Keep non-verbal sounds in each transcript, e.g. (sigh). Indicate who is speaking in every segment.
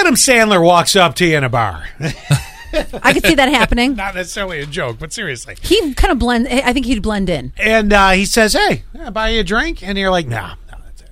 Speaker 1: Adam Sandler walks up to you in a bar.
Speaker 2: I could see that
Speaker 1: (laughs)
Speaker 2: happening.
Speaker 1: Not necessarily a joke, but seriously.
Speaker 2: He kind of blend. I think he'd blend in.
Speaker 1: And uh, he says, "Hey, I buy you a drink," and you're like, "Nah." no, that's it."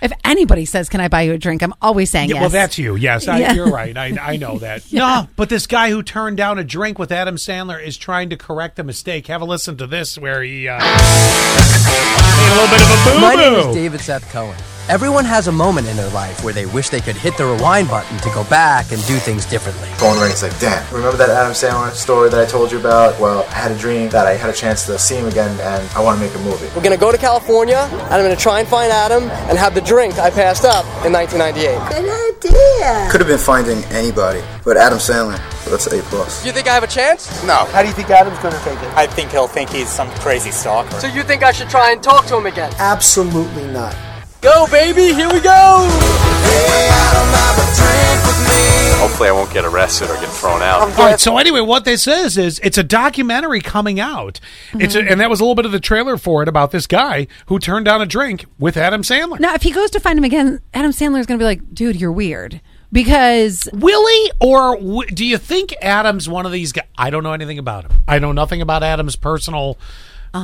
Speaker 2: If anybody says, "Can I buy you a drink?" I'm always saying
Speaker 1: Yeah,
Speaker 2: yes.
Speaker 1: well, that's you. Yes, I,
Speaker 2: Yeah.
Speaker 1: you're right. I, I know
Speaker 3: (laughs)
Speaker 1: that. No, but this guy who turned down a drink with Adam Sandler is trying to correct a mistake. Have a listen to this, where he uh, a
Speaker 3: My
Speaker 1: little bit
Speaker 3: name
Speaker 1: of a
Speaker 3: is
Speaker 1: boo boo.
Speaker 3: David Seth Cohen. Everyone has a moment in their life where they wish they could hit the rewind button to go back and do things differently.
Speaker 4: phone rings like, damn. Remember that Adam Sandler story that I told you about? Well, I had a dream that I had a chance to see him again and I want to make a movie.
Speaker 3: We're gonna go to California, and I'm gonna try and find Adam and have the drink I passed up in 1998.
Speaker 5: Good idea.
Speaker 4: Could have been finding anybody, but Adam Sandler, that's A plus.
Speaker 3: Do you think I have a chance?
Speaker 6: No,
Speaker 3: How do you think Adam's gonna take it?
Speaker 7: I think he'll think he's some crazy stalker.
Speaker 3: So you think I should try and talk to him again?
Speaker 5: Absolutely not.
Speaker 3: Go, baby, here we go!
Speaker 7: Hopefully, I won't get arrested or get thrown out.
Speaker 1: All right. So anyway, what this is is it's a documentary coming out. It's
Speaker 3: Mm-hmm.
Speaker 1: a, and that was a little bit of the trailer for it about this guy who turned down a drink with Adam Sandler.
Speaker 2: Now, if he goes to find him again, Adam Sandler's going to be like, "Dude, you're weird." Because
Speaker 1: Will he, or w- do you think Adam's one of these guys? I don't know anything about him. I know nothing about Adam's personal,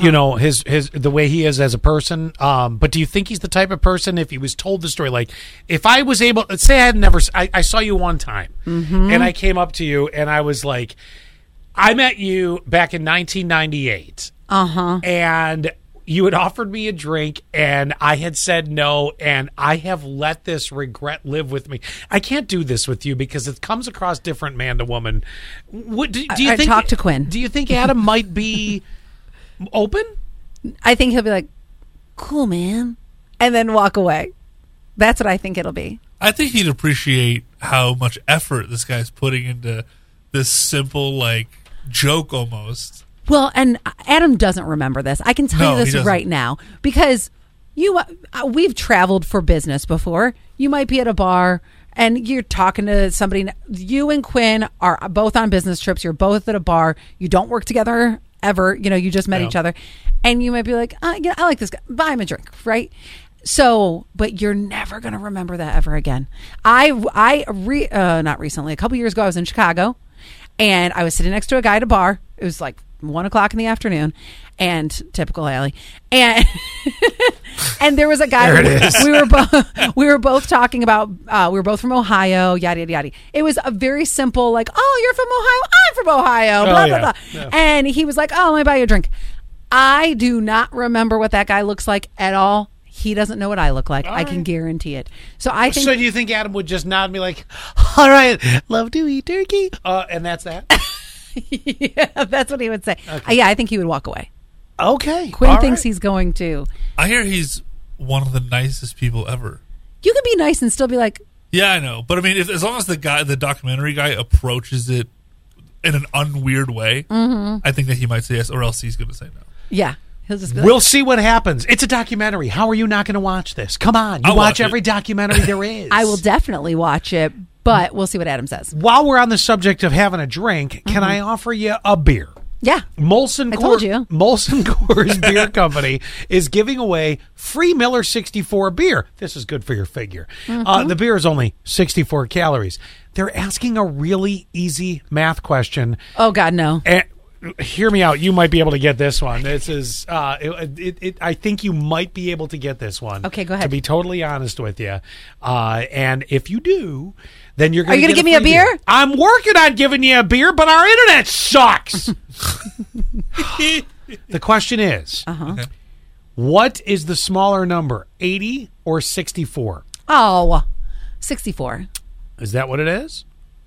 Speaker 1: you know, his his the way he is as a person. Um, but do you think he's the type of person if he was told the story, like if I was able, let's say I had never, s- I, I saw you one time, and I came up to you and I was like, I met you back in 1998. Uh
Speaker 2: Uh-huh.
Speaker 1: huh. And you had offered me a drink and I had said no. And I have let this regret live with me. I can't do this with you because it comes across different man to woman. What, do, do you
Speaker 2: I- I
Speaker 1: think?
Speaker 2: talked to Quinn.
Speaker 1: Do you think Adam might be (laughs) open?
Speaker 2: I think he'll be like, "Cool, man," and then walk away. That's what I think it'll be.
Speaker 8: I think he'd appreciate how much effort this guy's putting into this simple like joke almost.
Speaker 2: Well, and Adam doesn't remember this. I can tell
Speaker 8: No,
Speaker 2: you
Speaker 8: he
Speaker 2: this
Speaker 8: doesn't.
Speaker 2: right now because you uh, we've traveled for business before. You might be at a bar and you're talking to somebody. You and Quinn are both on business trips. You're both at a bar. You don't work together ever. You know, you just met each other, and you might be like, uh, "Yeah, I like this guy. Buy him a drink, right?" So, but you're never going to remember that ever again. I, I re, uh, not recently, a couple years ago, I was in Chicago and I was sitting next to a guy at a bar. It was like one o'clock in the afternoon, and typical Allie. And (laughs) and there was a guy. We were both (laughs) we were both talking about. Uh, we were both from Ohio. Yada yada yada. It was a very simple like, oh, you're from Ohio. I'm from Ohio. Blah
Speaker 1: Oh,
Speaker 2: blah
Speaker 1: yeah.
Speaker 2: blah. And he was like, oh, let me buy you a drink. I do not remember what that guy looks like at all. He doesn't know what I look like. I can guarantee it. So I think
Speaker 1: So do you think Adam would just nod and be like, all right, love to eat turkey? Uh, and that's
Speaker 2: (laughs)
Speaker 1: that.
Speaker 2: that's what he would say. Uh, yeah, I think he would walk away.
Speaker 1: Okay.
Speaker 2: Quinn
Speaker 1: all
Speaker 2: thinks
Speaker 1: right.
Speaker 2: he's going to.
Speaker 8: I hear he's one of the nicest people ever.
Speaker 2: You can be nice and still be like,
Speaker 8: Yeah, I know. But I mean, if, as long as the guy, the documentary guy, approaches it in an unweird way, I think that he might say yes, or else he's going to say no.
Speaker 2: yeah. He'll just be like,
Speaker 1: We'll see what happens. It's a documentary. How are you not going to watch this? Come on, you
Speaker 8: I'll
Speaker 1: watch,
Speaker 8: watch it.
Speaker 1: every documentary there is.
Speaker 2: I will definitely watch it, but we'll see what Adam says.
Speaker 1: While we're on the subject of having a drink, can I offer you a beer?
Speaker 2: Yeah.
Speaker 1: Molson
Speaker 2: Mm-hmm. I
Speaker 1: Coors,
Speaker 2: told you. (laughs)
Speaker 1: Molson Coors Beer Company is giving away free Miller 64 beer. This is good for your figure.
Speaker 2: Mm-hmm.
Speaker 1: Uh, the beer is only 64 calories. They're asking a really easy math question.
Speaker 2: Oh, God, no.
Speaker 1: And hear me out. You might be able to get this one. This is. Uh, it, it, it, I think you might be able to get this one.
Speaker 2: Okay, go ahead.
Speaker 1: To be totally honest with you, uh, and if you do, then you're. Gonna
Speaker 2: Are you gonna
Speaker 1: going to
Speaker 2: give me a beer?
Speaker 1: I'm working on giving you a beer, but our internet
Speaker 2: (laughs)
Speaker 1: sucks. the question is,
Speaker 2: Uh-huh.
Speaker 1: what is the smaller number, eighty or sixty-four?
Speaker 2: Oh, 64.
Speaker 1: Is that what it is?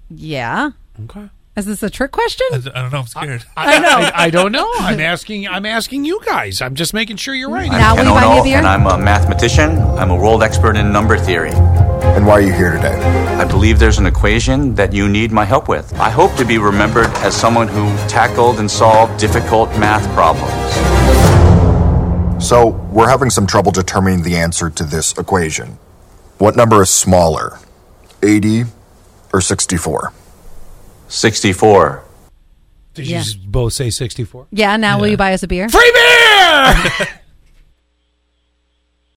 Speaker 2: Yeah.
Speaker 1: Okay.
Speaker 2: Is this a trick question?
Speaker 8: I, d- I don't know. I'm scared. (laughs)
Speaker 1: I know. I, I don't know. I'm asking. I'm asking you guys. I'm just making sure you're right.
Speaker 2: now will you buy me a beer?
Speaker 9: and I'm a mathematician. I'm a world expert in number theory.
Speaker 4: And why are you here today?
Speaker 9: I believe there's an equation that you need my help with. I hope to be remembered as someone who tackled and solved difficult math problems.
Speaker 4: So, we're having some trouble determining the answer to this equation. What number is smaller, 80 or 64?
Speaker 9: 64.
Speaker 1: Did
Speaker 2: Yeah.
Speaker 1: you just both say 64?
Speaker 2: yeah, now will you buy us a beer?
Speaker 1: (laughs) Free beer!